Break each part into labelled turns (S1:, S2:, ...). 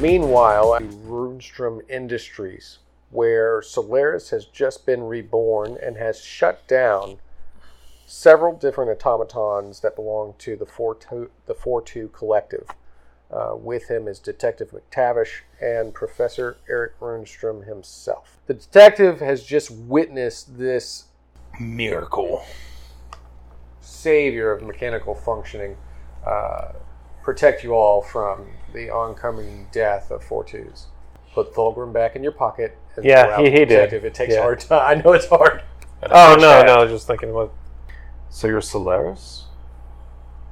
S1: Meanwhile, at Rundstrom Industries, where Solaris has just been reborn and has shut down several different automatons that belong to the 4 2, the 4 2 collective. Uh, with him is Detective McTavish and Professor Eric Rundstrom himself. The detective has just witnessed this
S2: Miracle.
S1: savior of mechanical functioning uh, protect you all from the oncoming death of Fortus. Put Thulgrim back in your pocket. and
S3: Yeah,
S1: pull out
S3: he- he
S1: the
S3: did.
S1: detective. It takes
S3: Yeah.
S1: hard time. I know it's hard.
S3: Oh no, no, I was just thinking about
S2: So you're Solaris?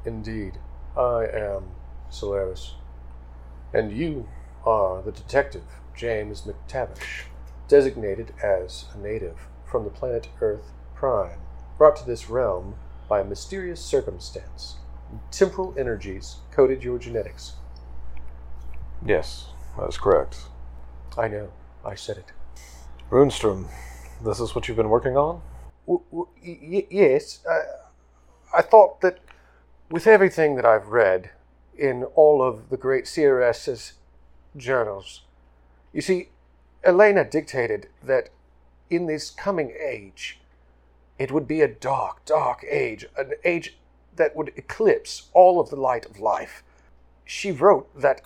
S1: Indeed, I am Solaris, and you are the detective James McTavish, designated as a native from the planet Earth Prime, brought to this realm by a mysterious circumstance. Temporal energies coded your genetics.
S2: Yes, that's correct.
S1: I know. I said it.
S2: Runestrom, this is what you've been working on?
S1: W- w- y- y- yes, uh, I thought that with everything that I've read in all of the great CRS's journals, you see, Elena dictated that in this coming age, it would be a dark, dark age, an age that would eclipse all of the light of life. She wrote that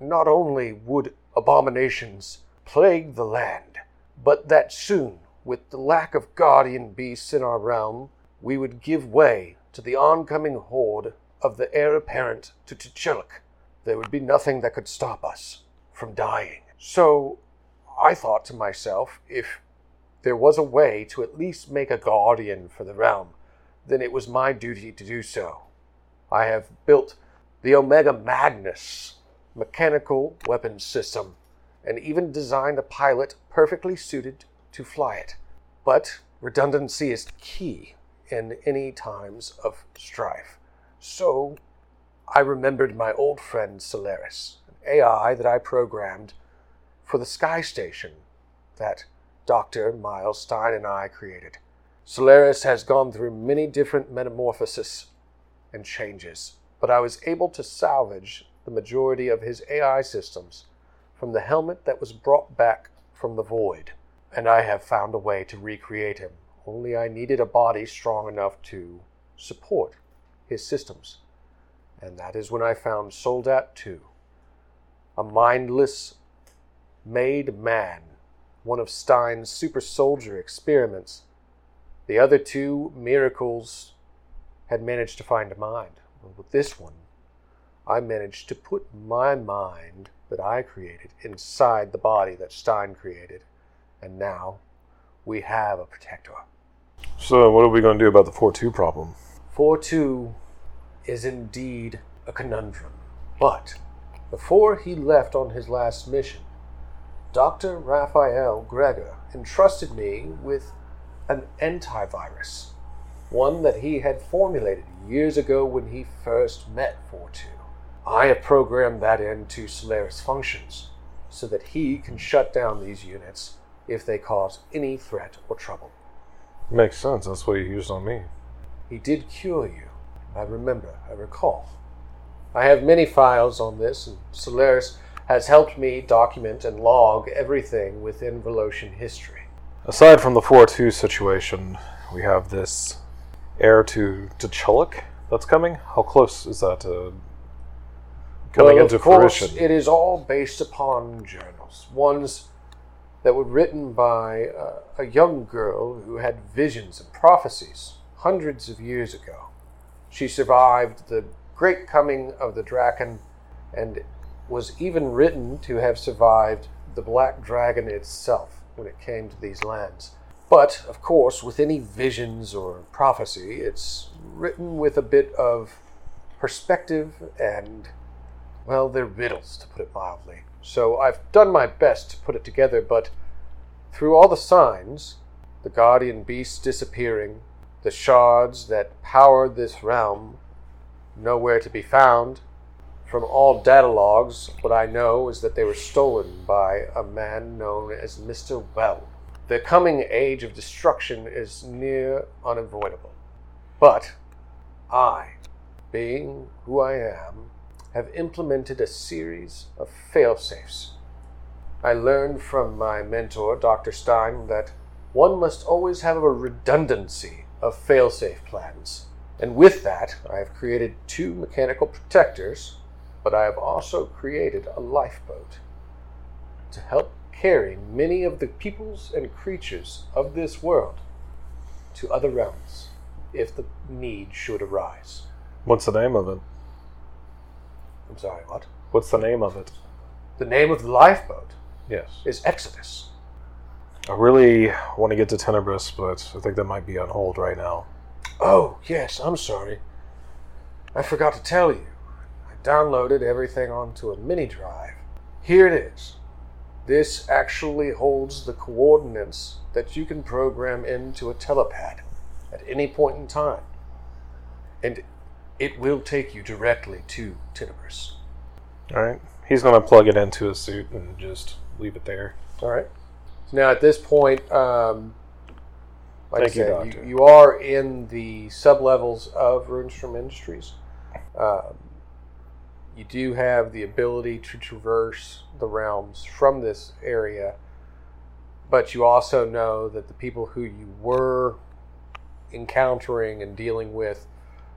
S1: not only would abominations plague the land, but that soon, with the lack of guardian beasts in our realm, we would give way to the oncoming horde of the heir apparent to Tichelik. There would be nothing that could stop us from dying. So I thought to myself, if there was a way to at least make a guardian for the realm, then it was my duty to do so. I have built the Omega Magnus mechanical weapons system and even designed a pilot perfectly suited to fly it. But redundancy is key in any times of strife. So I remembered my old friend Solaris, an AI that I programmed for the Sky Station that Dr. Miles Stein and I created. Solaris has gone through many different metamorphoses and changes, but I was able to salvage the majority of his AI systems from the helmet that was brought back from the void, and I have found a way to recreate him. Only I needed a body strong enough to support his systems. And that is when I found Soldat 2, a mindless, made man, one of Stein's super soldier experiments. The other two miracles had managed to find a mind. Well, with this one, I managed to put my mind that I created inside the body that Stein created, and now we have a protector.
S2: So what are we going to do about the 4-2 problem?
S1: 4 2 is indeed a conundrum. But before he left on his last mission, Dr. Raphael Greger entrusted me with an antivirus, one that he had formulated years ago when he first met 4 2. I have programmed that into Solaris functions so that he can shut down these units if they cause any threat or trouble.
S2: Makes sense. That's what you used on me.
S1: He did cure you. I remember, I recall. I have many files on this, and Solaris has helped me document and log everything within Velocian history.
S2: Aside from the 4-2 situation, we have this heir to T'Chullik that's coming. How close is that to coming
S1: Well,
S2: into
S1: of course,
S2: fruition?
S1: It is all based upon journals, ones that were written by uh, a young girl who had visions and prophecies hundreds of years ago. She survived the great coming of the Draken and was even written to have survived the Black Dragon itself when it came to these lands. But, of course, with any visions or prophecy, it's written with a bit of perspective and well, they're riddles, to put it mildly. So I've done my best to put it together, but through all the signs the guardian beasts disappearing, the shards that powered this realm nowhere to be found. From all data logs, what I know is that they were stolen by a man known as Mr. Well. The coming age of destruction is near unavoidable. But I, being who I am, have implemented a series of failsafes. I learned from my mentor, Dr. Stein, that one must always have a redundancy of failsafe plans. And with that, I have created two mechanical protectors, but I have also created a lifeboat to help carry many of the peoples and creatures of this world to other realms if the need should arise.
S2: What's the name of it?
S1: I'm sorry, what?
S2: What's the name of it?
S1: The name of the lifeboat
S2: Yes.
S1: is Exodus.
S2: I really want to get to Tenebris, but I think that might be on hold right now.
S1: Oh, yes, I'm sorry. I forgot to tell you. I downloaded everything onto a mini drive. Here it is. This actually holds the coordinates that you can program into a telepad at any point in time. And it will take you directly to Tenebris.
S2: All right. He's going to plug it into his suit and just leave it there.
S1: All right. So now at this point, um, like I
S2: Thank you,
S1: said, you,
S2: Doctor.
S1: you, are in the sublevels of Runestrom Industries. Um, you do have the ability to traverse the realms from this area, but you also know that the people who you were encountering and dealing with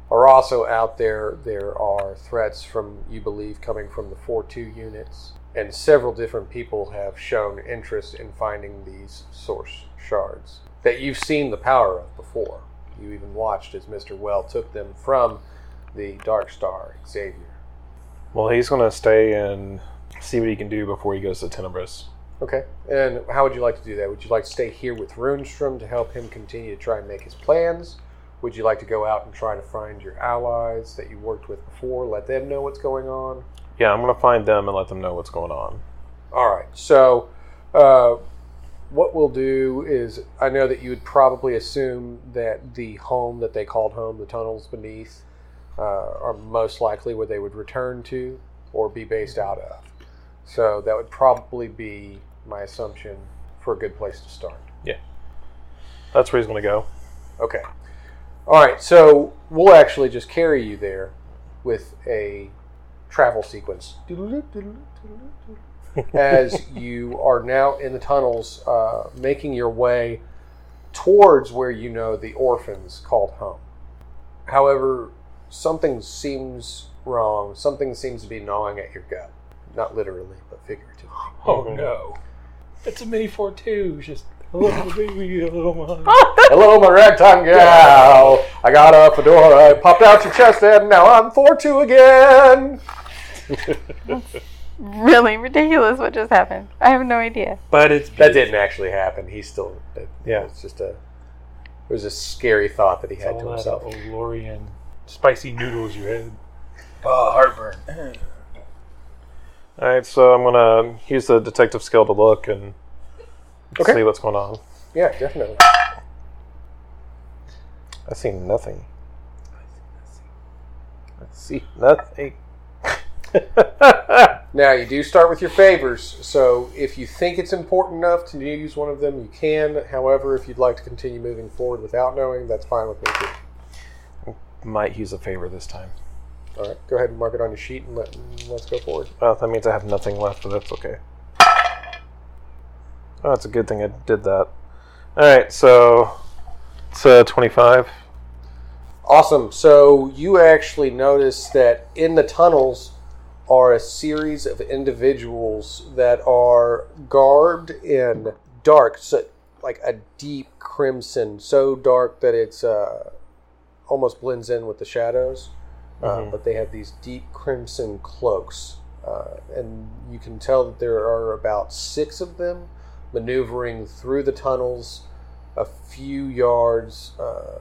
S1: are also out there. There are threats from, you believe, coming from the 4 2 units, and several different people have shown interest in finding these source shards that you've seen the power of before. You even watched as Mr. Well took them from the Dark Star Xavier.
S2: Well, he's going to stay and see what he can do before he goes to Tenebris.
S1: Okay. And how would you like to do that? Would you like to stay here with Runestrom to help him continue to try and make his plans? Would you like to go out and try to find your allies that you worked with before? Let them know what's going on?
S2: Yeah, I'm going to find them and let them know what's going on.
S1: All right. So, uh, what we'll do is, I know that you would probably assume that the home that they called home, the tunnels beneath, uh, are most likely where they would return to or be based out of. So that would probably be my assumption for a good place to start.
S2: That's where he's going to go.
S1: Okay. All right. So we'll actually just carry you there with a travel sequence. As you are now in the tunnels, uh, making your way towards where you know the orphans called home. However, something seems wrong. Something seems to be gnawing at your gut. Not literally, but figuratively.
S4: Oh
S2: Mhm.
S4: no. It's a Mini 4 2. Just a little baby, a little mom.
S1: Hello, my ragtime gal. I got a fedora. It popped out your chest, and now I'm 4 2 again.
S5: Really ridiculous what just happened. I have no idea.
S4: But it's.
S1: That didn't actually happen. He's still. It,
S2: Yeah.
S1: It's just a. It was a scary thought that he
S4: It's
S1: had to
S4: all that
S1: himself.
S4: Olorian spicy noodles you had.
S6: Oh, heartburn.
S2: All right, so I'm going to use the detective skill to look and
S1: Okay.
S2: see what's going on.
S1: Yeah, definitely.
S2: I see nothing. I see nothing.
S1: Now, you do start with your favors, so if you think it's important enough to use one of them, you can. However, if you'd like to continue moving forward without knowing, that's fine with me too.
S2: Might use a favor this time.
S1: All right, go ahead and mark it on your sheet and let, let's go forward.
S2: Well, that means I have nothing left, but that's okay. Oh, it's a good thing I did that. Alright, so it's uh, 25.
S1: Awesome. So you actually notice that in the tunnels are a series of individuals that are garbed in dark, so like a deep crimson, so dark that it's uh, almost blends in with the shadows. Uh, but they have these deep crimson cloaks, uh, and you can tell that there are about six of them maneuvering through the tunnels, a few yards. Uh,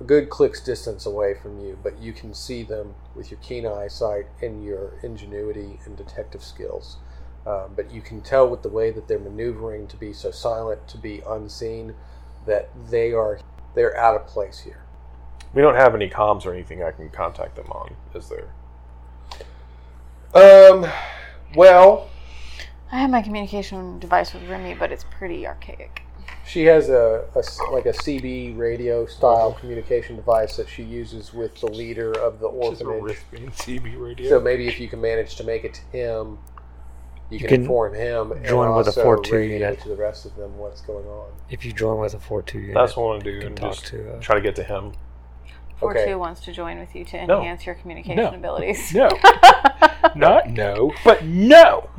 S1: a good click's distance away from you, but you can see them with your keen eyesight and your ingenuity and detective skills. Um, but you can tell with the way that they're maneuvering to be so silent, to be unseen, that they are they're out of place here.
S2: We don't have any comms or anything I can contact them on, is there?
S1: Um, well,
S5: I have my communication device with Remy, but it's pretty archaic.
S1: She has a, a s- like a CB radio style communication device that she uses with the leader of the
S4: Just a
S1: orphanage.
S4: wristband CB radio.
S1: So maybe if you can manage to make it to him, you, can,
S7: can
S1: inform him. and
S7: join with a
S1: also
S7: 4-2
S1: radiate
S7: unit.
S1: to the rest of them what's going on.
S7: If you join with a 4 2 unit,
S2: That's what I want to
S7: you
S2: do.
S7: can
S2: And
S7: talk
S2: just
S7: to. Uh,
S2: try to get to him.
S1: Okay.
S5: Fortu wants to join with you to
S4: No.
S5: enhance your communication
S4: No.
S5: abilities.
S4: No, not no, but no.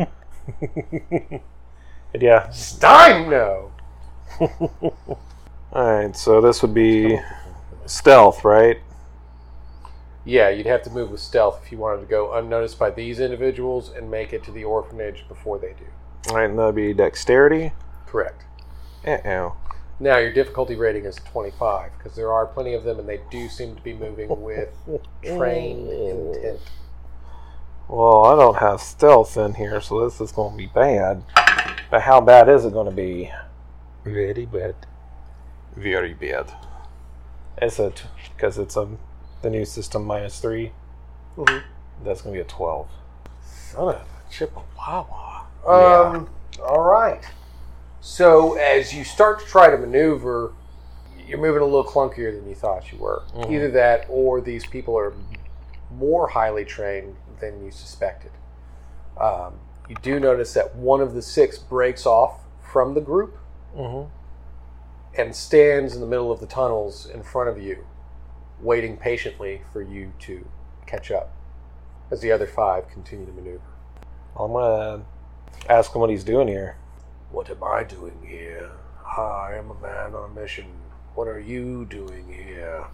S2: But yeah.
S1: Stein, no.
S2: All right. So this would be stealth, right?
S1: Yeah, you'd have to move with stealth if you wanted to go unnoticed by these individuals and make it to the orphanage before they do.
S2: All right, and that'd be dexterity.
S1: Correct.
S2: Uh oh.
S1: Now your difficulty rating is 25 because there are plenty of them and they do seem to be moving with trained intent.
S2: Well, I don't have stealth in here, so this is going to be bad. But how bad is it going to be?
S7: very bad.
S2: Very bad. Is it? Because it's um the new system minus three.
S1: Mhm.
S2: That's going to be a twelve.
S1: Son of a Chippewa. Um, all right. So as you start to try to maneuver, you're moving a little clunkier than you thought you were.
S2: Mhm.
S1: Either that or these people are more highly trained than you suspected. Um, you do notice that one of the six breaks off from the group
S2: Mm-hmm.
S1: and stands in the middle of the tunnels in front of you, waiting patiently for you to catch up as the other five continue to maneuver.
S2: I'm going to ask him what he's doing here.
S1: What am I doing here? I am a man on a mission. What are you doing here?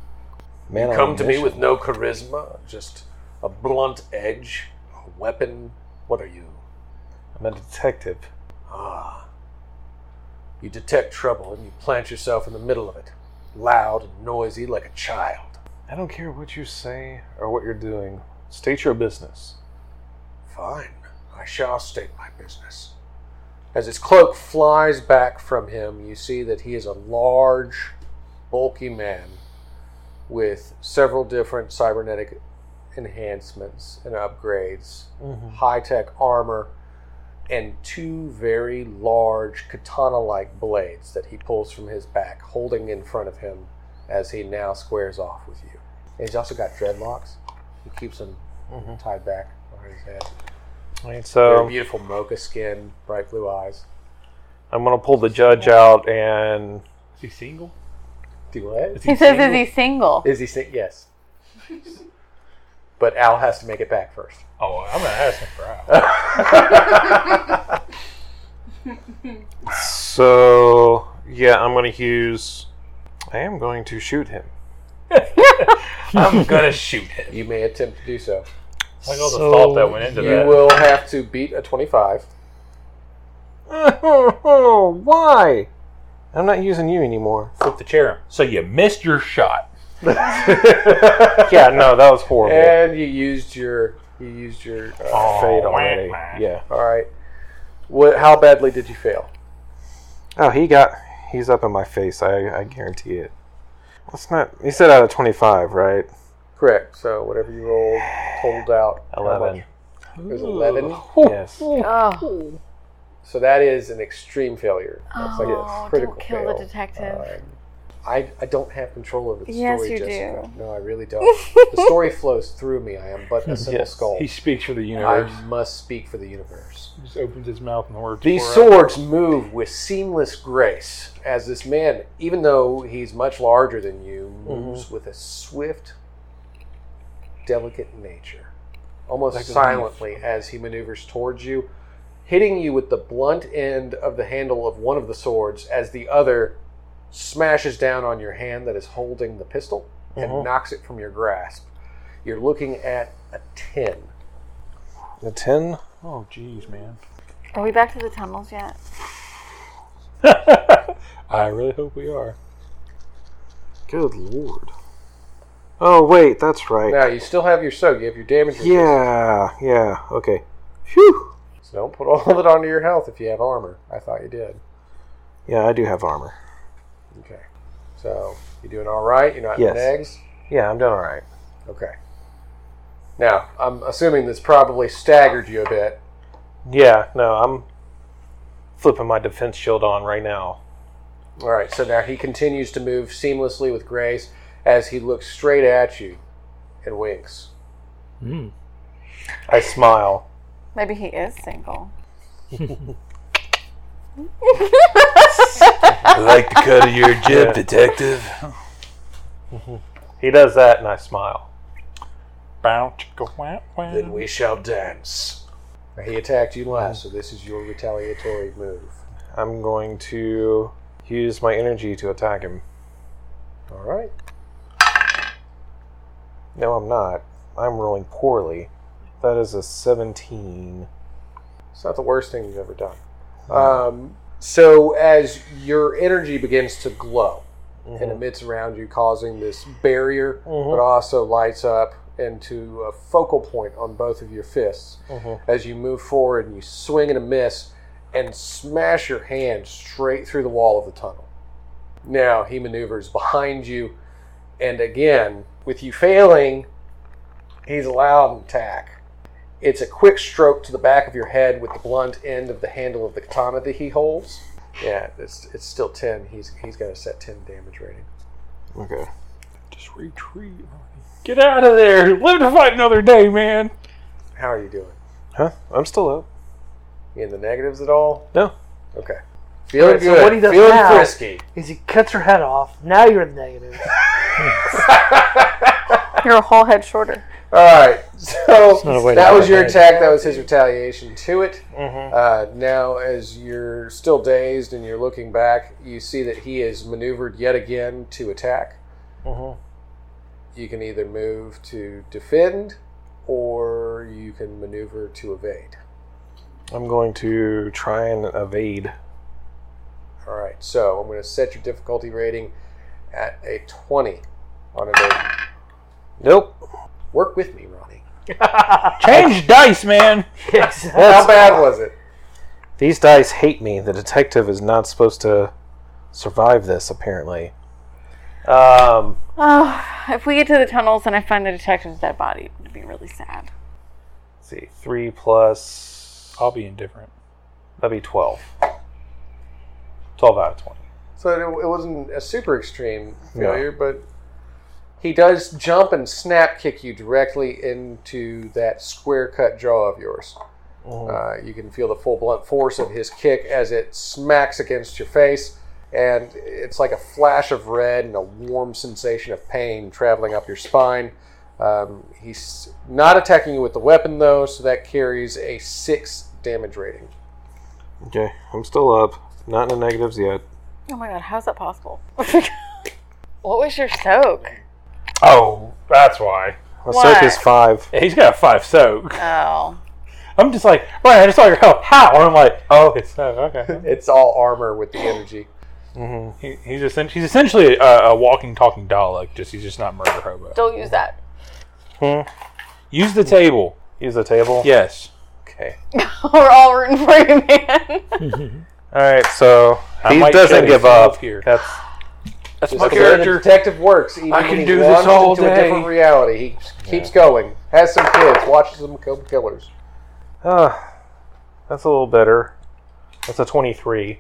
S2: Man,
S1: you
S2: on
S1: come
S2: a
S1: to me
S2: mission.
S1: with no charisma, just a blunt edge, a weapon. What are you?
S2: I'm a detective.
S1: Ah. You detect trouble and you plant yourself in the middle of it, loud and noisy like a child.
S2: I don't care what you say or what you're doing. State your business.
S1: Fine, I shall state my business. As his cloak flies back from him, you see that he is a large, bulky man with several different cybernetic enhancements and upgrades,
S2: Mm-hmm.
S1: high tech armor, and two very large katana like blades that he pulls from his back, holding in front of him as he now squares off with you. And he's also got dreadlocks. He keeps them
S2: Mhm.
S1: tied back behind his head.
S2: All
S1: Very
S2: right, so
S1: beautiful mocha skin, bright blue eyes.
S2: I'm going to pull the judge out and
S4: Is he single?
S1: Do what?
S5: He says, "Is he single?"
S1: Is he sick? Yes. but Al has to make it back first.
S4: Oh, I'm gonna ask him for out.
S2: So yeah, I'm going to use. I am going to shoot him.
S4: I'm gonna shoot him.
S1: You may attempt to do so.
S4: Like all the
S7: So-
S4: thought that went into
S1: You
S4: that.
S1: will have to beat a 25.
S2: Why? I'm not using you anymore.
S4: Flip the chair. So you missed your shot.
S2: Yeah, no, that was horrible. Oh,
S1: And you used your. You used your. uh,
S4: Oh,
S2: Fade already. Yeah.
S1: all right. What? How badly did you fail?
S2: Oh, he got. He's up in my face. I, I guarantee it. Let's not. He said out of 25, right?
S1: Correct. So whatever you rolled, totaled out. how much?
S2: 11.
S1: It was 11.
S2: Yes.
S5: Oh,
S1: So that is an extreme failure. That's like
S5: oh
S1: a critical
S5: don't kill
S1: fail.
S5: the detective.
S1: Um, I, I don't have control over the
S5: Yes,
S1: story,
S5: you
S1: Jessica.
S5: do.
S1: No, I really don't. the story flows through me. I am but a simple
S2: Yes,
S1: skull.
S4: He speaks for the
S1: I
S4: universe.
S1: must speak for the universe.
S4: He just opens his mouth and words.
S1: These
S4: pour out.
S1: swords move with seamless grace as this man, even though he's much larger than you, moves with a swift, delicate nature, almost silently as he maneuvers towards you, hitting you with the blunt end of the handle of one of the swords as the other smashes down on your hand that is holding the pistol and knocks it from your grasp. You're looking at a 10.
S2: The 10.
S4: Oh, jeez, man.
S5: Are we back to the tunnels yet?
S4: I really hope we are.
S2: Good lord. Oh, wait, that's right.
S1: Now, you still have your so you have your damage resistance.
S2: Yeah, yeah, okay. Phew!
S1: So don't put all of it onto your health if you have armor. I thought you did.
S2: Yeah, I do have armor.
S1: Okay. So you doing all right? You're not
S2: Yes.
S1: nags?
S2: Yeah, I'm doing alright.
S1: Okay. Now, I'm assuming this probably staggered you a bit.
S2: Yeah, no, I'm flipping my defense shield on right now.
S1: All right, so now he continues to move seamlessly with grace as he looks straight at you and winks.
S8: Mm.
S2: I smile.
S5: Maybe he is single.
S9: I like the cut of your jib, detective.
S2: He does that, and I smile.
S4: Bow, chicka, wow, wow.
S10: Then we shall dance. He attacked you last, so this is your retaliatory move.
S2: I'm going to use my energy to attack him.
S10: All right.
S2: No, I'm not. I'm rolling poorly. That is a 17.
S1: It's not the worst thing you've ever done. Um, so as your energy begins to glow and emits around you, causing this barrier, but also lights up into a focal point on both of your fists as you move forward and you swing and a miss and smash your hand straight through the wall of the tunnel. Now he maneuvers behind you, and again, with you failing, he's allowed an attack. It's a quick stroke to the back of your head with the blunt end of the handle of the katana that he holds. Yeah, it's it's still ten. He's he's got a set ten damage rating.
S2: Okay.
S4: Just retreat. Get out of there. Live to fight another day, man.
S1: How are you doing?
S2: Huh? I'm still up.
S1: You in the negatives at all?
S2: No.
S1: Okay. Feeling
S11: so
S1: good.
S11: what he does
S1: Feeling
S11: now-
S1: frisky.
S11: Is he cuts her head off? Now you're in the negative.
S5: You're a whole head shorter.
S1: All right. So
S8: not a way to
S1: that
S8: have
S1: was
S8: a Mm-hmm.
S1: your
S8: head.
S1: attack. That was his retaliation to it. Uh, now, as you're still dazed and you're looking back, you see that he has maneuvered yet again to attack.
S8: Mm-hmm.
S1: You can either move to defend, or you can maneuver to evade.
S2: I'm going to try and evade.
S1: All right. So I'm going to set your difficulty rating at a 20 on evade.
S2: Nope.
S1: Work with me, Ronnie.
S4: Change dice, man.
S1: How bad was it?
S2: These dice hate me. The detective is not supposed to survive this, apparently. Um,
S5: Oh, if we get to the tunnels and I find the detective's dead body, it would be really sad.
S2: let's see. 3 plus.
S4: I'll be indifferent.
S2: That'd be 12. 12 out of 20.
S1: So it, it wasn't a super extreme failure, but he does jump and snap kick you directly into that square cut jaw of yours. Uh, you can feel the full blunt force of his kick as it smacks against your face, and it's like a flash of red and a warm sensation of pain traveling up your spine. Um, he's not attacking you with the weapon though, so that carries a six damage rating.
S2: Okay. I'm still up. Not in the negatives yet.
S5: Oh my god, how's that possible? what was your soak?
S4: Oh, that's why.
S2: My soak
S5: What?
S2: is 5.
S4: Yeah, he's got a five soak.
S5: Oh.
S4: I'm just like, Brian, I just saw your help. How? And I'm like, oh, it's so okay.
S1: It's all armor with the energy.
S4: he, he's, essen- he's essentially a, a walking, talking Dalek. Just he's just not murder hobo.
S5: Don't use that.
S4: Use the table.
S2: Use the table.
S4: Yes.
S2: Okay.
S5: We're all rooting for you, man.
S2: All right. So
S4: I
S2: he
S4: might
S2: doesn't
S4: kill
S2: give
S4: yourself
S2: up.
S4: here.
S2: That's
S4: That's
S1: Just the way the detective works. Even
S9: I can
S1: when he's
S9: do this
S1: launched
S9: all
S1: into a
S9: day.
S1: different reality. He keeps going. Has some kids. Watches them kill killers.
S2: uh, that's a little better. That's a twenty-three.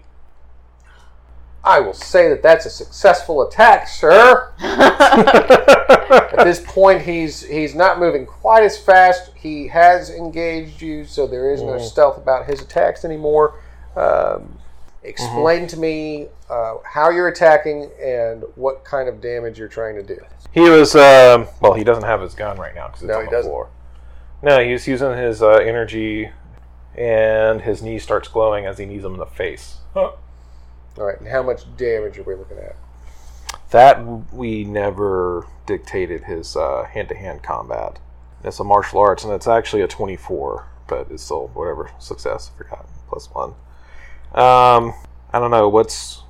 S1: I will say that that's a successful attack, sir. At this point, he's he's not moving quite as fast. He has engaged you, so there is
S9: Mm.
S1: no stealth about his attacks anymore. Um, explain
S9: Mm-hmm.
S1: to me uh, how you're attacking and what kind of damage you're trying to do.
S2: He was um, well. He doesn't have his gun right now because it's
S1: No,
S2: on
S1: he
S2: the
S1: doesn't.
S2: floor. No, he's using his uh, energy, and his knee starts glowing as he knees him in the face.
S1: All right, and how much damage are we looking at?
S2: That we never dictated his uh, hand-to-hand combat. It's a martial arts, and it's actually a twenty-four, but it's still whatever success. I forgot plus one. Um, I don't know what's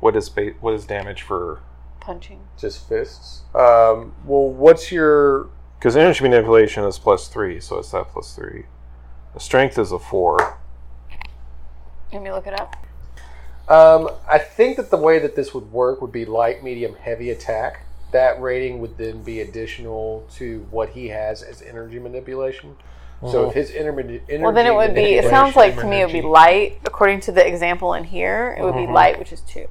S2: what is ba- what is damage for
S5: Punching.
S1: Just fists. Um, well, what's your
S2: because energy manipulation is plus three, so it's that plus three. The strength is a four.
S5: Let me look it up.
S1: Um, I think that the way that this would work would be light, medium, heavy attack. That rating would then be additional to what he has as energy manipulation. So if his inner, energy
S5: Well, then it would Mm-hmm. be, it sounds like to me it would be light, according to the example in here, it would be light, which is two.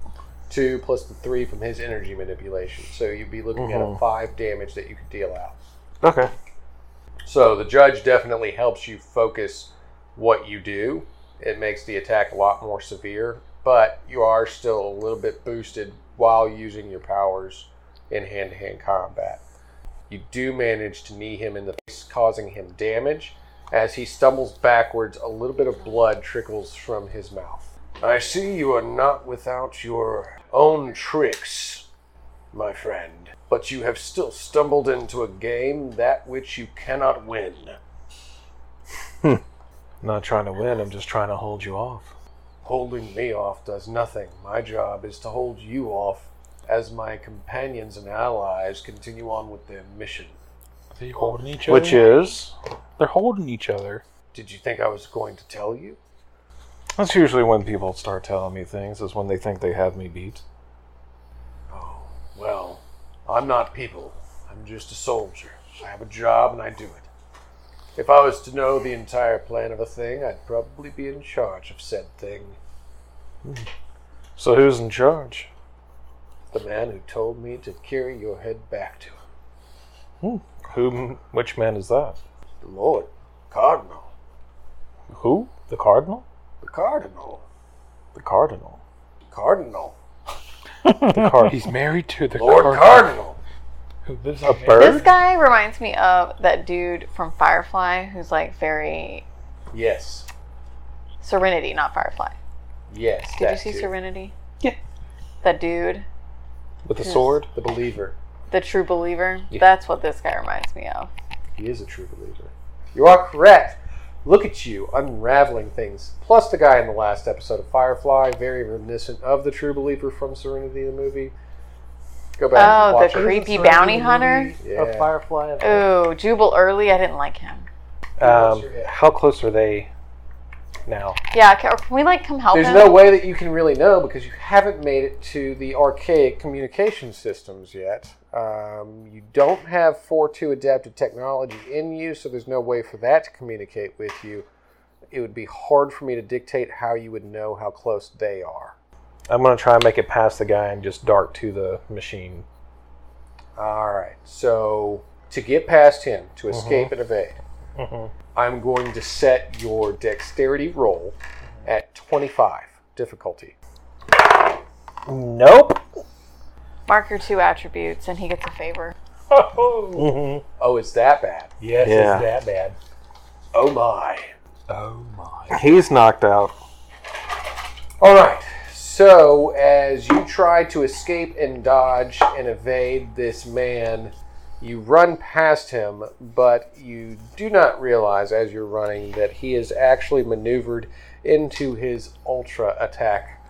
S1: two plus the three from his energy manipulation. So you'd be looking at a
S2: Mhm.
S1: five damage that you could deal out.
S2: Okay.
S1: So the judge definitely helps you focus what you do. It makes the attack a lot more severe, but you are still a little bit boosted while using your powers in hand to hand combat. You do manage to knee him in the face, causing him damage. As he stumbles backwards, a little bit of blood trickles from his mouth. I see you are not without your own tricks, my friend, but you have still stumbled into a game that which you cannot win.
S2: I'm not trying to win. I'm just trying to hold you off.
S1: Holding me off does nothing. My job is to hold you off as my companions and allies continue on with their mission.
S4: They're holding each other.
S2: Which is
S4: They're holding each other.
S1: Did you think I was going to tell you?
S2: that's usually when people start telling me things is when they think they have me beat.
S1: Well, I'm not people. I'm just a soldier. I have a job and I do it. If I was to know the entire plan of a thing, I'd probably be in charge of said thing.
S2: So who's in charge?
S1: The man who told me to carry your head back to him.
S2: Whom? Which man is that?
S1: The Lord, Cardinal,
S2: Who? The cardinal?
S1: the Cardinal,
S2: The cardinal.
S1: Cardinal,
S2: The cardinal.
S4: He's married to the
S1: Lord
S4: cardinal
S1: Cardinal.
S4: who lives on Main-
S2: Bird?
S5: This guy reminds me of that dude from Firefly who's like very
S1: Yes,
S5: Serenity, not Firefly.
S1: yes.
S5: Did you
S1: that
S5: see
S1: too.
S5: Serenity? Yeah. That dude,
S2: With a sword?
S1: The believer.
S5: the true believer. That's what this guy reminds me of.
S1: He is a true believer. You are correct. Look at you unraveling things. Plus, the guy in the last episode of Firefly, very reminiscent of the true believer from Serenity the movie. Go back.
S5: Oh,
S1: and
S5: the
S1: watch it.
S5: creepy bounty hunter.
S11: A
S1: Yeah.
S11: firefly.
S5: Oh, Jubal Early. I didn't like him.
S7: Um, how close are they now?
S5: Yeah, can, or can we like come help
S1: There's
S5: him?
S1: no way that you can really know because you haven't made it to the archaic communication systems yet. Um, you don't have 4 2 adaptive technology in you, so there's no way for that to communicate with you. It would be hard for me to dictate how you would know how close they are.
S2: I'm gonna try and make it past the guy and just dart to the machine.
S1: All right. So to get past him, to escape and evade, I'm going to set your dexterity roll at 25 difficulty.
S2: Nope.
S5: Mark your two attributes, and he gets a favor.
S4: Oh,
S1: Oh, is that bad?
S4: yes,
S2: Yeah.
S4: it's that bad.
S1: Oh my.
S4: Oh my!
S2: He's knocked out.
S1: All right. So as you try to escape and dodge and evade this man, you run past him, but you do not realize as you're running that he is actually maneuvered into his ultra attack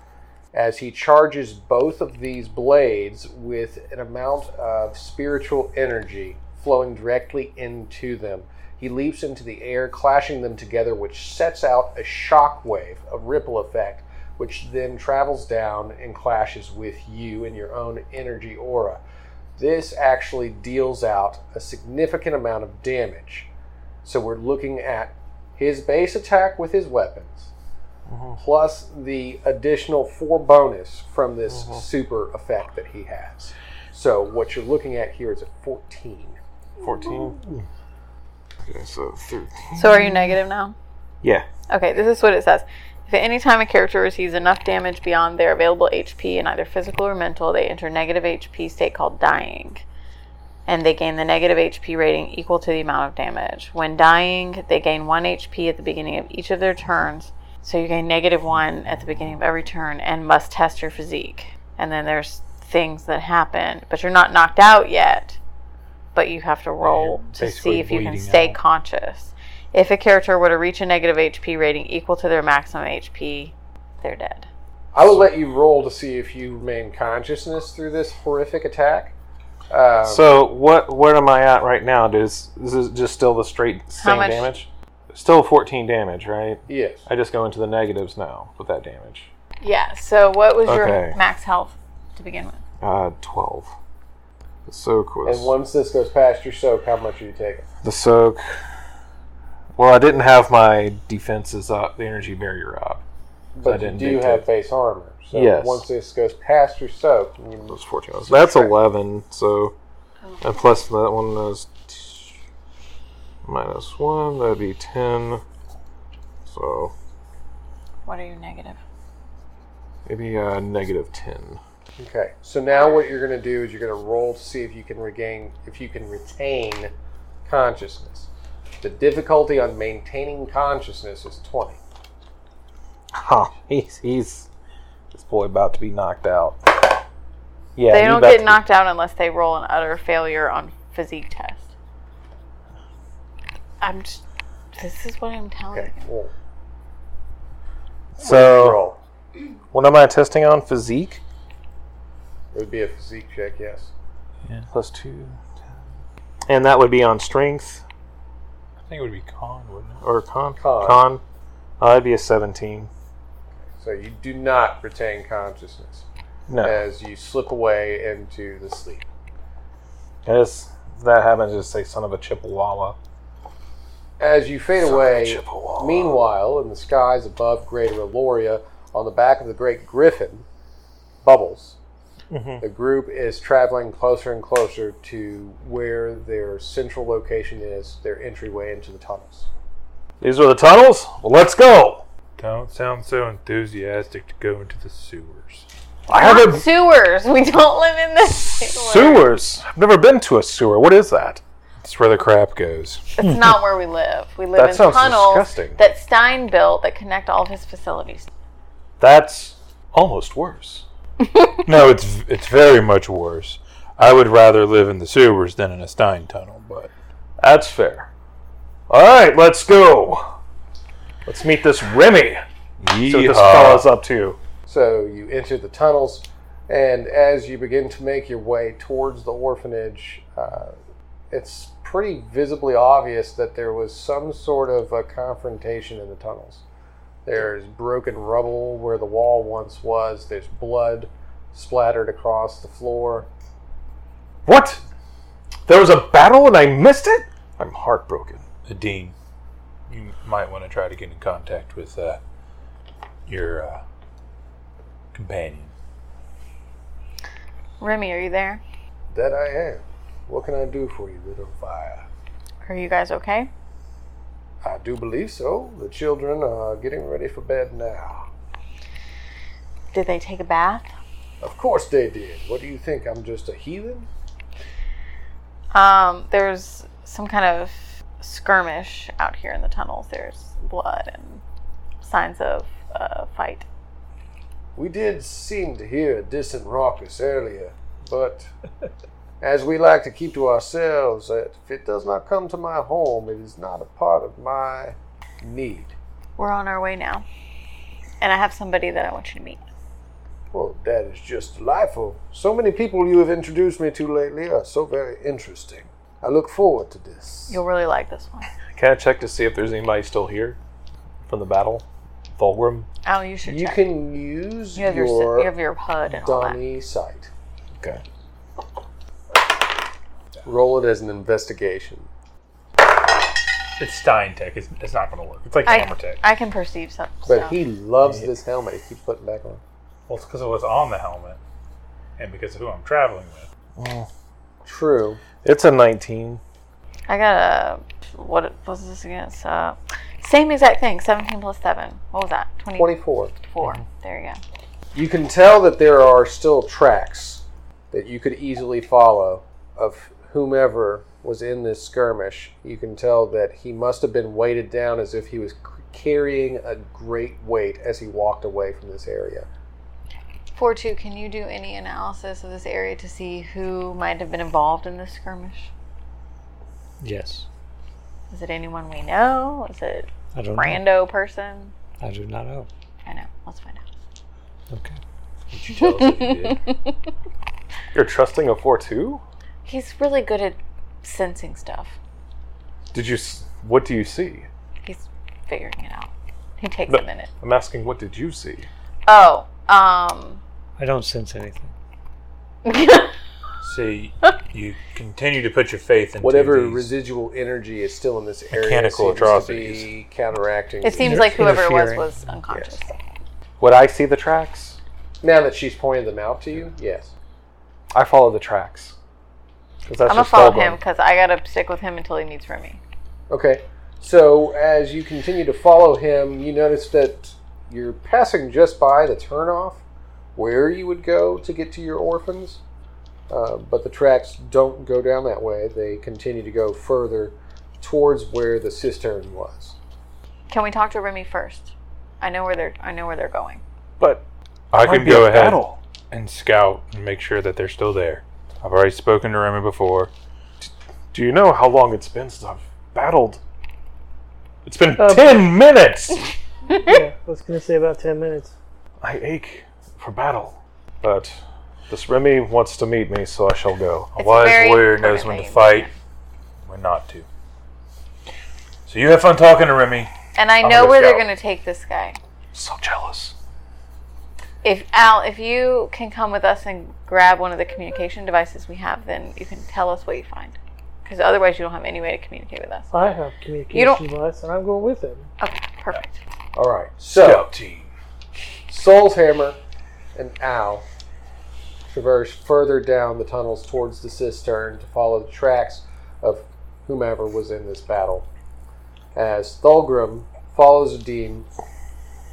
S1: as he charges both of these blades with an amount of spiritual energy flowing directly into them. He leaps into the air, clashing them together, which sets out a shockwave, a ripple effect, which then travels down and clashes with you and your own energy aura. This actually deals out a significant amount of damage. So we're looking at his base attack with his weapons, plus the additional four bonus from this super effect that he has. So what you're looking at here is a 14.
S2: 14. Okay, so 13.
S5: So are you negative now?
S2: Yeah.
S5: Okay, this is what it says. If at any time a character receives enough damage beyond their available HP in either physical or mental, they enter negative HP state called dying. And they gain the negative HP rating equal to the amount of damage. When dying, they gain 1 HP at the beginning of each of their turns. So you gain negative 1 at the beginning of every turn and must test your physique. And then there's things that happen, but you're not knocked out yet, but you have to roll to
S4: basically
S5: see if you can
S4: bleeding
S5: stay
S4: out.
S5: conscious. If a character were to reach a negative HP rating equal to their maximum HP, they're dead.
S1: I will let you roll to see if you remain consciousness through this horrific attack. Um,
S2: So what what am I at right now? Does this is just still the straight same
S5: much?
S2: damage? Still 14 damage, right?
S1: yes.
S2: I just go into the negatives now with that damage.
S5: Yeah, so what was
S2: Okay.
S5: your max health to begin with?
S2: Uh, 12. The soak was.
S1: And once this goes past your soak, how much are you taking?
S2: the soak. Well, I didn't have my defenses up, the energy barrier up.
S1: But you
S4: didn't
S1: do have
S4: dictate.
S1: base armor. So
S2: Yes.
S1: once this goes past your soak, you
S2: Those 14 ones. That's 11, so.
S5: Oh.
S2: And plus that one is. t- Minus 1, that'd be 10. So.
S5: What are you negative?
S2: Maybe uh, negative 10.
S1: Okay. So now what you're going to do is you're going to roll to see if you can regain, if you can retain consciousness. The difficulty on maintaining consciousness is 20.
S2: Huh. He's. he's this boy about to be knocked out. Yeah.
S5: They
S2: he
S5: don't
S2: about to
S5: get
S2: be-
S5: knocked out unless they roll an utter failure on physique test. I'm just. This is what I'm telling
S1: Okay.
S5: you.
S1: Well,
S2: So.
S1: roll.
S2: What am I testing on? Physique?
S1: It would be a physique check, yes.
S2: Plus 2. And that would be on strength
S4: I think it would be con, wouldn't it?
S2: or con?
S1: Con.
S2: Con. Uh, that'd be a 17.
S1: So you do not retain consciousness
S4: Uh.
S2: No.
S1: as you slip away into the sleep.
S2: I just- if that happens, just say son of a Chippewa.
S1: As you fade away,
S2: Chippewa.
S1: meanwhile, in the skies above Greater Eloria, on the back of the great griffin, Bubbles, the group is traveling closer and closer to where their central location is, their entryway into the tunnels.
S2: These are the tunnels? Well, let's go.
S4: Don't sound so enthusiastic to go into the sewers.
S2: I
S5: Not
S2: haven't.
S5: sewers. We don't live in the sewer.
S2: Sewers. I've never been to a sewer. What is that?
S4: That's where the crap goes.
S5: It's not where we live. We live
S2: That
S5: in
S2: sounds
S5: tunnels
S2: disgusting.
S5: that Stein built that connect all of his facilities.
S2: That's almost worse.
S4: No, it's it's very much worse. I would rather live in the sewers than in a Stein tunnel, but
S2: That's fair. All right, let's go. Let's meet this Remy. See what this fella's up to.
S1: So you enter the tunnels, and as you begin to make your way towards the orphanage, uh, it's pretty visibly obvious that there was some sort of a confrontation in the tunnels. There's broken rubble where the wall once was, there's blood splattered across the floor.
S2: What? There was a battle and I missed it? I'm heartbroken.
S4: the dean, you might want to try to get in contact with uh, your uh, companion.
S5: Remy, are you there?
S1: That I am. What can I do for you, little fire?
S5: Are you guys okay?
S1: I do believe so. The children are getting ready for bed now.
S5: Did they take a bath?
S1: Of course they did. What do you think? I'm just a heathen?
S5: Um, there's some kind of skirmish out here in the tunnels. There's blood and signs of uh, fight.
S1: We did seem to hear a distant raucous earlier, but as we like to keep to ourselves, that if it does not come to my home, it is not a part of my need.
S5: We're on our way now, and I have somebody that I want you to meet.
S1: Well, that is just delightful. So many people you have introduced me to lately are so very interesting. I look forward to this.
S5: You'll really like this one.
S2: Can I check to see if there's anybody still here from the battle? Fulgrim?
S5: Oh, you should.
S1: You
S5: check.
S1: can use
S5: You have your,
S1: your,
S5: you have your HUD and all that.
S1: Donnie sight.
S2: Okay.
S1: Roll it as an investigation.
S4: It's Stein tech. It's, it's not going to work. It's like hammer
S5: I,
S4: tech.
S5: I can perceive something.
S1: But
S5: so.
S1: he loves this helmet. He keeps putting it back on.
S4: Well, it's because it was on the helmet, and because of who I'm traveling with.
S1: True.
S2: It's a 19.
S5: I got a what was this again? It's, uh, same exact thing. Seventeen plus seven. What was that? Twenty-four.
S1: 24.
S5: There you go.
S1: You can tell that there are still tracks that you could easily follow of whomever was in this skirmish. You can tell that he must have been weighted down as if he was c- carrying a great weight as he walked away from this area.
S5: Four two. Can you do any analysis of this area to see who might have been involved in this skirmish?
S12: Yes.
S5: Is it anyone we know? Is it
S12: I don't
S5: rando person?
S12: know. I do not know.
S5: I know. Let's find out.
S12: Okay.
S2: You're trusting a 4 2?
S5: He's really good at sensing stuff.
S2: Did you. s- What do you see?
S5: He's figuring it out. He takes
S2: No.
S5: a minute.
S2: I'm asking, what did you see?
S5: Oh, um,
S12: I don't sense anything.
S4: See, you continue to put your faith in
S1: Whatever
S4: these.
S1: residual energy is still in this area
S4: Mechanical
S1: seems to be
S4: atrocities.
S1: counteracting.
S5: it seems
S12: Inter-
S5: like whoever it was
S12: interfering.
S5: was unconscious.
S7: Would I see the tracks?
S1: Now that she's pointed them out to you, yes.
S7: I follow the tracks. 'Cause that's
S5: I'm gonna
S7: just
S5: follow
S7: Thulgrim.
S5: him because I gotta stick with him until he meets Remy.
S1: Okay. So as you continue to follow him, you notice that you're passing just by the turnoff where you would go to get to your orphans. Uh, but the tracks don't go down that way. They continue to go further towards where the cistern was.
S5: Can we talk to Remy first? I know where they're. I know where they're going.
S4: But I
S13: Might
S4: can
S13: be
S4: go
S13: a
S4: ahead
S13: battle.
S4: and scout and make sure that they're still there. I've already spoken to Remy before.
S2: Do you know how long it's been since I've battled? It's been
S11: Uh,
S2: ten minutes.
S11: yeah, I was gonna say about ten minutes.
S2: I ache for battle, but this Remy wants to meet me, so I shall go.
S4: A
S5: It's
S4: wise
S5: very
S4: warrior knows
S5: important
S4: when to
S5: that you-
S4: fight, when not to. So you have fun talking to Remy.
S5: And I
S4: I'm
S5: know
S4: gonna
S5: where they're
S4: scout.
S5: gonna take this guy.
S2: So jealous.
S5: If Al, if you can come with us and grab one of the communication devices we have, then you can tell us what you find. Because otherwise, you don't have any way to communicate with us.
S11: I have communication
S5: don't-
S11: device, and I'm going with him.
S5: Okay, perfect.
S1: All right. So Soul's Hammer and Owl traverse further down the tunnels towards the cistern to follow the tracks of whomever was in this battle. As Thulgrim follows Dean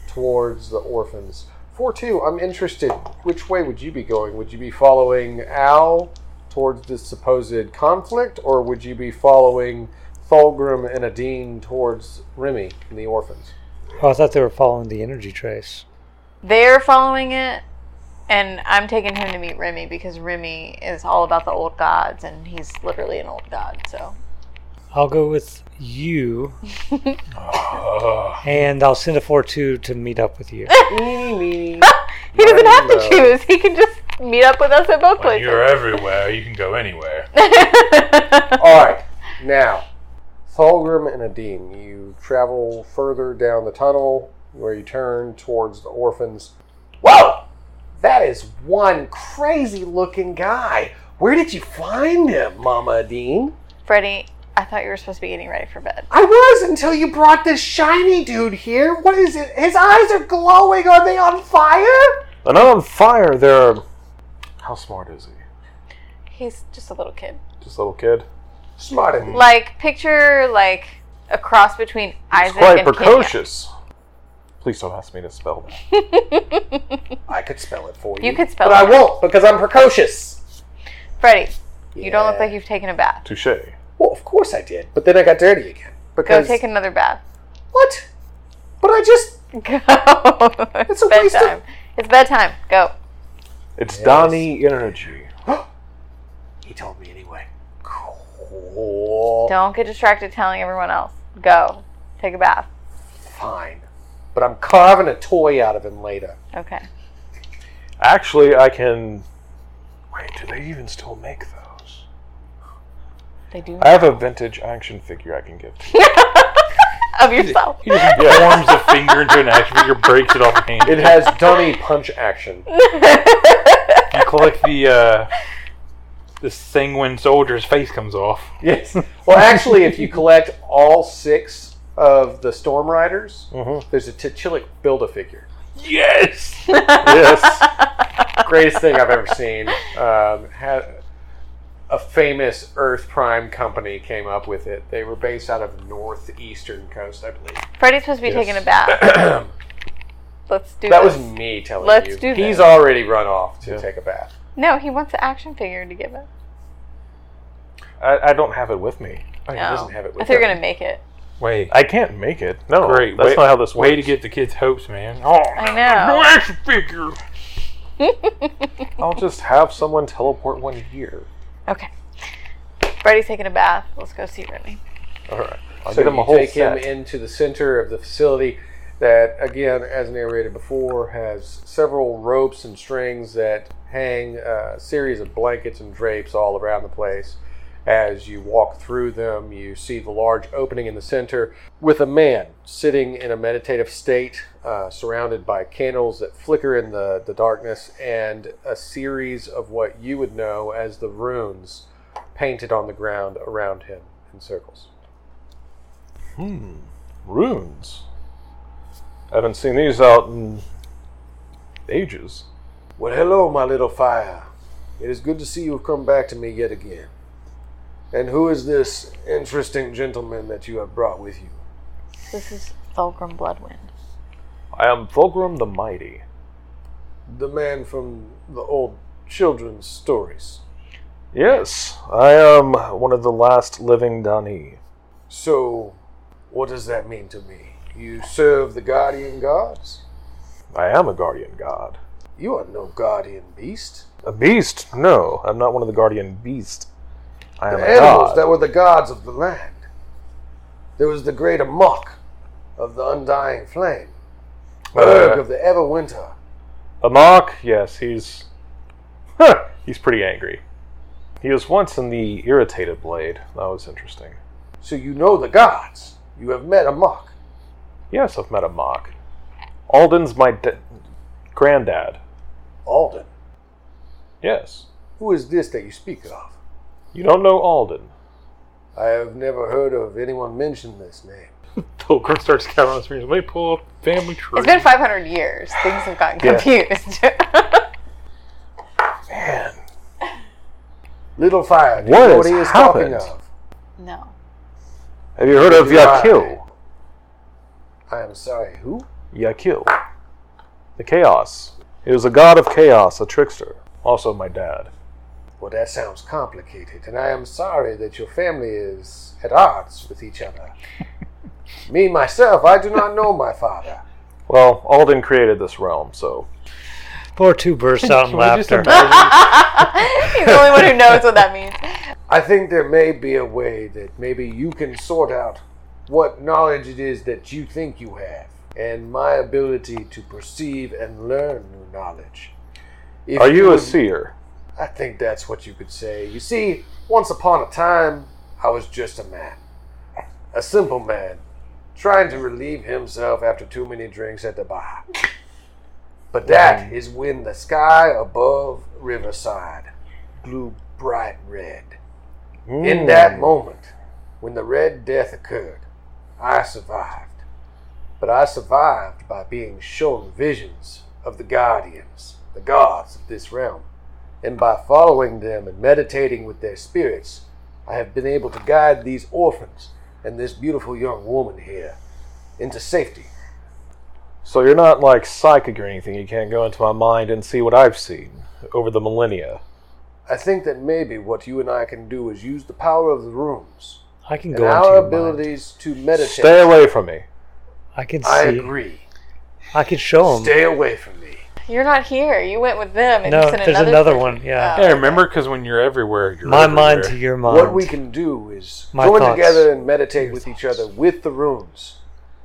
S1: towards the orphans. 4 2, I'm interested. Which way would you be going? Would you be following Al towards this supposed conflict, or would you be following Thulgrim and Adine towards Remy and the orphans?
S12: Oh, I thought they were following the energy trace.
S5: They're following it, and I'm taking him to meet Remy because Remy is all about the old gods, and he's literally an old god. So
S12: I'll go with you,
S4: Ugh.
S12: and I'll send a 4 2 to meet up with you.
S1: Eeny, meeny,
S5: he doesn't have to
S1: Right, uh,
S5: choose. He can just meet up with us at both
S4: When
S5: places.
S4: you're everywhere, you can go anywhere.
S1: All right, now, Thulgrim and Adine, you travel further down the tunnel where you turn towards the orphans. Whoa! That is one crazy looking guy. Where did you find him, Mama Adine?
S5: Freddie, I thought you were supposed to be getting ready for bed.
S1: I was until you brought this shiny dude here. What is it? His eyes are glowing. Are they on fire?
S2: They're not on fire. They're how smart is he?
S5: He's just a little kid.
S2: Just a little kid.
S1: Smart of you.
S5: Like picture like a cross between Isaac
S2: Quite
S5: and Kenya.
S2: precocious. Please don't ask me to spell that.
S1: I could spell it for you.
S5: You could spell
S1: But I
S5: it.
S1: won't because I'm precocious.
S5: Freddie, you don't look
S1: Yeah.
S5: like you've taken a bath.
S2: Touche.
S1: Well, of course I did. But then I got dirty again.
S5: Go
S1: Because.
S5: take another bath.
S1: what? But I just.
S5: Go.
S1: It's
S5: it's
S1: a waste of-
S5: bedtime. It's bedtime. Go.
S2: It's Donnie Energy.
S1: He told me anyway. Cool.
S5: Don't get distracted telling everyone else. Go. Take a bath.
S1: Fine. But I'm carving a toy out of him later.
S5: Okay.
S2: Actually, I can. Wait, do they even still make those?
S5: They do
S2: I have a vintage action figure I can give to you.
S5: of yourself.
S4: He just forms a finger into an action figure, breaks it off a hand.
S1: It has dummy punch action.
S4: You collect the uh, the thing when soldier's face comes off.
S1: Yes. Well, actually, if you collect all six of the Storm Riders,
S5: Mm-hmm.
S1: there's a Tichilic build a figure.
S4: Yes.
S1: Yes. Greatest thing I've ever seen. Um, had a famous Earth Prime company came up with it. They were based out of northeastern coast, I believe.
S5: Freddie's supposed to be taking a bath. Let's do
S1: That
S5: this.
S1: was me telling
S5: Let's
S1: you.
S5: do
S1: He's
S5: this.
S1: already run off to take a bath.
S5: No, he wants an action figure to give us.
S2: I, I don't have it with me.
S1: Oh, he
S5: No.
S1: doesn't have it
S5: I
S1: with
S5: thought you were
S1: him.
S5: gonna make it.
S4: Wait.
S2: I can't make it. No,
S4: Great.
S2: Oh, That's
S4: way,
S2: not how this works.
S4: Way to get the kids' hopes, man. Oh,
S5: I
S4: no
S5: know.
S4: action figure.
S2: I'll just have someone teleport one here.
S5: Okay. Freddie's taking a bath. Let's go see Remy.
S2: All right. I'll
S1: So
S2: give him a
S1: you
S2: whole
S1: take him
S2: set.
S1: into the center of the facility that, again, as narrated before, has several ropes and strings that hang uh, a series of blankets and drapes all around the place. As you walk through them, you see the large opening in the center with a man sitting in a meditative state, uh, surrounded by candles that flicker in the, the darkness and a series of what you would know as the runes painted on the ground around him in circles.
S2: Hmm. Runes. I haven't seen these out in ages.
S1: Well, hello, my little fire. It is good to see you have come back to me yet again. And who is this interesting gentleman that you have brought with you?
S5: This is Fulgrim Bloodwind.
S2: I am Fulgrim the Mighty.
S1: The man from the old children's stories.
S2: Yes, I am one of the last living Dani.
S1: So, what does that mean to me? You serve the guardian gods?
S2: I am a guardian god.
S1: You are no guardian beast.
S2: A beast? No, I'm not one of the guardian beasts. I
S1: The
S2: am a
S1: animals
S2: Oh god.
S1: that were the gods of the land. There was the great Amok of the undying flame, Erg
S2: Uh,
S1: of the ever winter.
S2: Amok, yes, he's huh, he's pretty angry. He was once in the irritated blade. That was interesting.
S1: So you know the gods. You have met Amok.
S2: Yes, I've met Amok. Alden's my da- granddad.
S1: Alden.
S2: Yes,
S1: Who is this that you speak of?
S2: you don't know Alden.
S1: I have never heard of anyone mention this name.
S4: Pilgrim starts counting on his fingers. Let me pull up family tree.
S5: It's been 500 years. Things have gotten
S2: Yeah.
S5: confused.
S2: Man,
S1: Little Fire, do
S2: What
S1: you know
S2: has
S1: what he is
S2: happened?
S1: talking of?
S5: no.
S2: have you heard of
S1: Right.
S2: Yakil?
S1: I am sorry, who?
S2: Yakil, the chaos. He was a god of chaos, a trickster. Also, my dad.
S1: Well, that sounds complicated, and I am sorry that your family is at odds with each other. Me, myself, I do not know my father.
S2: Well, Alden created this realm, so
S12: Poor two bursts out in laughter.
S5: He's the only one who knows what that means.
S1: I think there may be a way that maybe you can sort out what knowledge it is that you think you have, and my ability to perceive and learn new knowledge. If
S2: are you a
S1: would-
S2: seer?
S1: I think that's what you could say. You see, once upon a time, I was just a man. A simple man, trying to relieve himself after too many drinks at the bar. But that is when the sky above Riverside grew bright red. In that moment, when the Red Death occurred, I survived. But I survived by being shown visions of the Guardians, the gods of this realm. And by following them and meditating with their spirits, I have been able to guide these orphans and this beautiful young woman here into safety.
S2: So you're not like psychic or anything. You can't go into my mind and see what I've seen over the millennia.
S1: I think that maybe what you and I can do is use the power of the rooms
S12: I can
S1: and
S12: go into your
S1: our
S12: mind.
S1: abilities to meditate.
S2: Stay away from me.
S12: I can see.
S1: I
S12: I,
S1: agree.
S12: can show him.
S1: Stay away from me.
S5: You're not here. You went with them. And
S12: No,
S5: it's in
S12: there's
S5: another,
S12: another
S5: person.
S12: one, yeah.
S5: Oh,
S4: Yeah, remember, because when you're everywhere, you're
S12: My mind to
S4: everywhere.
S12: your mind.
S1: What we can do is
S12: My
S1: join
S12: thoughts.
S1: together and meditate with each other with the runes.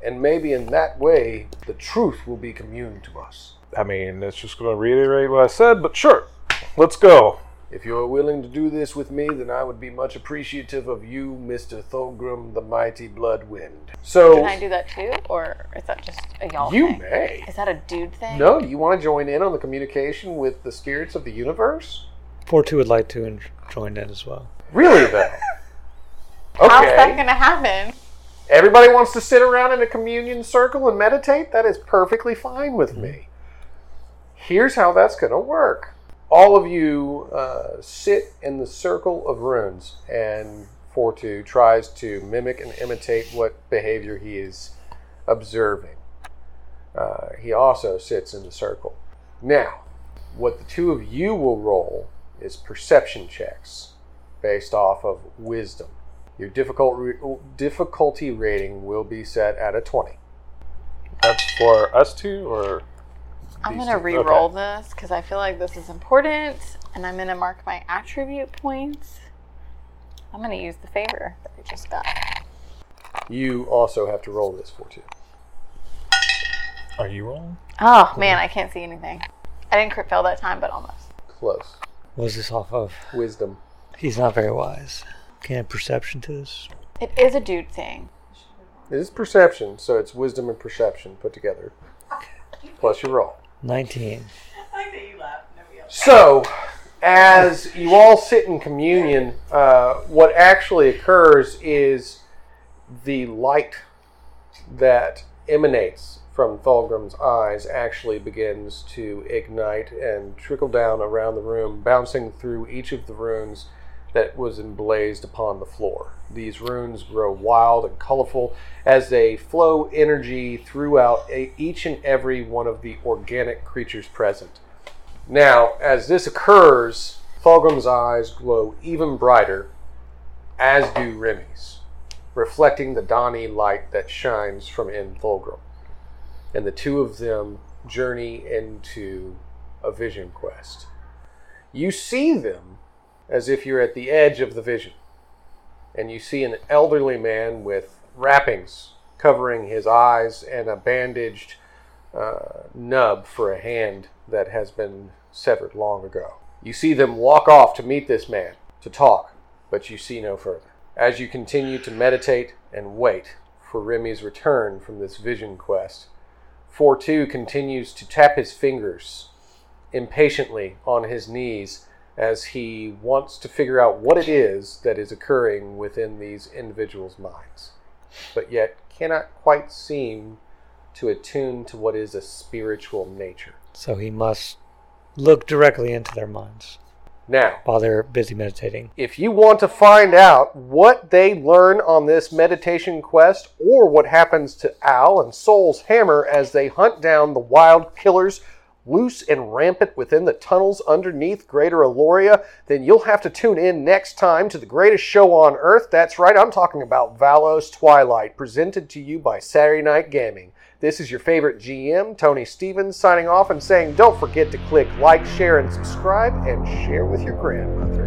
S1: And maybe in that way, the truth will be communed to us.
S2: I mean, it's just going to reiterate what I said, but sure, let's go.
S1: If you're willing to do this with me, then I would be much appreciative of you, Mr. Thulgrim the Mighty Bloodwind. So,
S5: Can I do that too? Or is that just a y'all
S1: you
S5: thing?
S1: may.
S5: Is that a dude thing?
S1: No, you want to join in on the communication with the spirits of the universe?
S12: Four two would like to in- join in as well.
S1: Really, though?
S5: How's that
S1: Okay.
S5: going to happen?
S1: Everybody wants to sit around in a communion circle and meditate? That is perfectly fine with me. Here's how that's going to work all of you uh, sit in the circle of runes, and Fortu tries to mimic and imitate what behavior he is observing. Uh, he also sits in the circle. Now, what the two of you will roll is perception checks based off of wisdom. Your difficult re- difficulty rating will be set at a 20.
S2: That's for us two, or
S5: I'm
S2: These
S5: going to
S2: two-
S5: re-roll this because I feel like this is important. And I'm going to mark my attribute points. I'm going to use the favor that I just got.
S1: You also have to roll this for two.
S4: Are you rolling?
S12: Ah.
S5: Oh, man, I can't see anything. I didn't crit fail that time, but almost.
S1: Close.
S12: Was this off of?
S1: Wisdom.
S12: He's not very wise. Can I have perception to this?
S5: It is a dude thing.
S1: It is perception, so it's wisdom and perception put together. Plus your roll.
S12: Nineteen.
S1: So, as you all sit in communion, uh, what actually occurs is the light that emanates from Thalgrim's eyes actually begins to ignite and trickle down around the room, bouncing through each of the runes that was emblazed upon the floor. These runes grow wild and colorful as they flow energy throughout a, each and every one of the organic creatures present. Now, as this occurs, Thalgrim's eyes glow even brighter, as do Remy's, reflecting the dawny light that shines from in Thalgrim and the two of them journey into a vision quest. You see them as if you're at the edge of the vision, and you see an elderly man with wrappings covering his eyes and a bandaged uh, nub for a hand that has been severed long ago. You see them walk off to meet this man to talk, but you see no further. As you continue to meditate and wait for Remy's return from this vision quest, 4 2 continues to tap his fingers impatiently on his knees as he wants to figure out what it is that is occurring within these individuals' minds, but yet cannot quite seem to attune to what is a spiritual nature.
S12: So he must look directly into their minds.
S1: Now,
S12: while they're busy meditating.
S1: If you want to find out what they learn on this meditation quest or what happens to Al and Soul's hammer as they hunt down the wild killers loose and rampant within the tunnels underneath Greater Aloria, then you'll have to tune in next time to the greatest show on earth. That's right, I'm talking about Valos Twilight, presented to you by Saturday Night Gaming. This is your favorite GM, Tony Stevens, signing off and saying don't forget to click like, share, and subscribe, and share with your grandmother.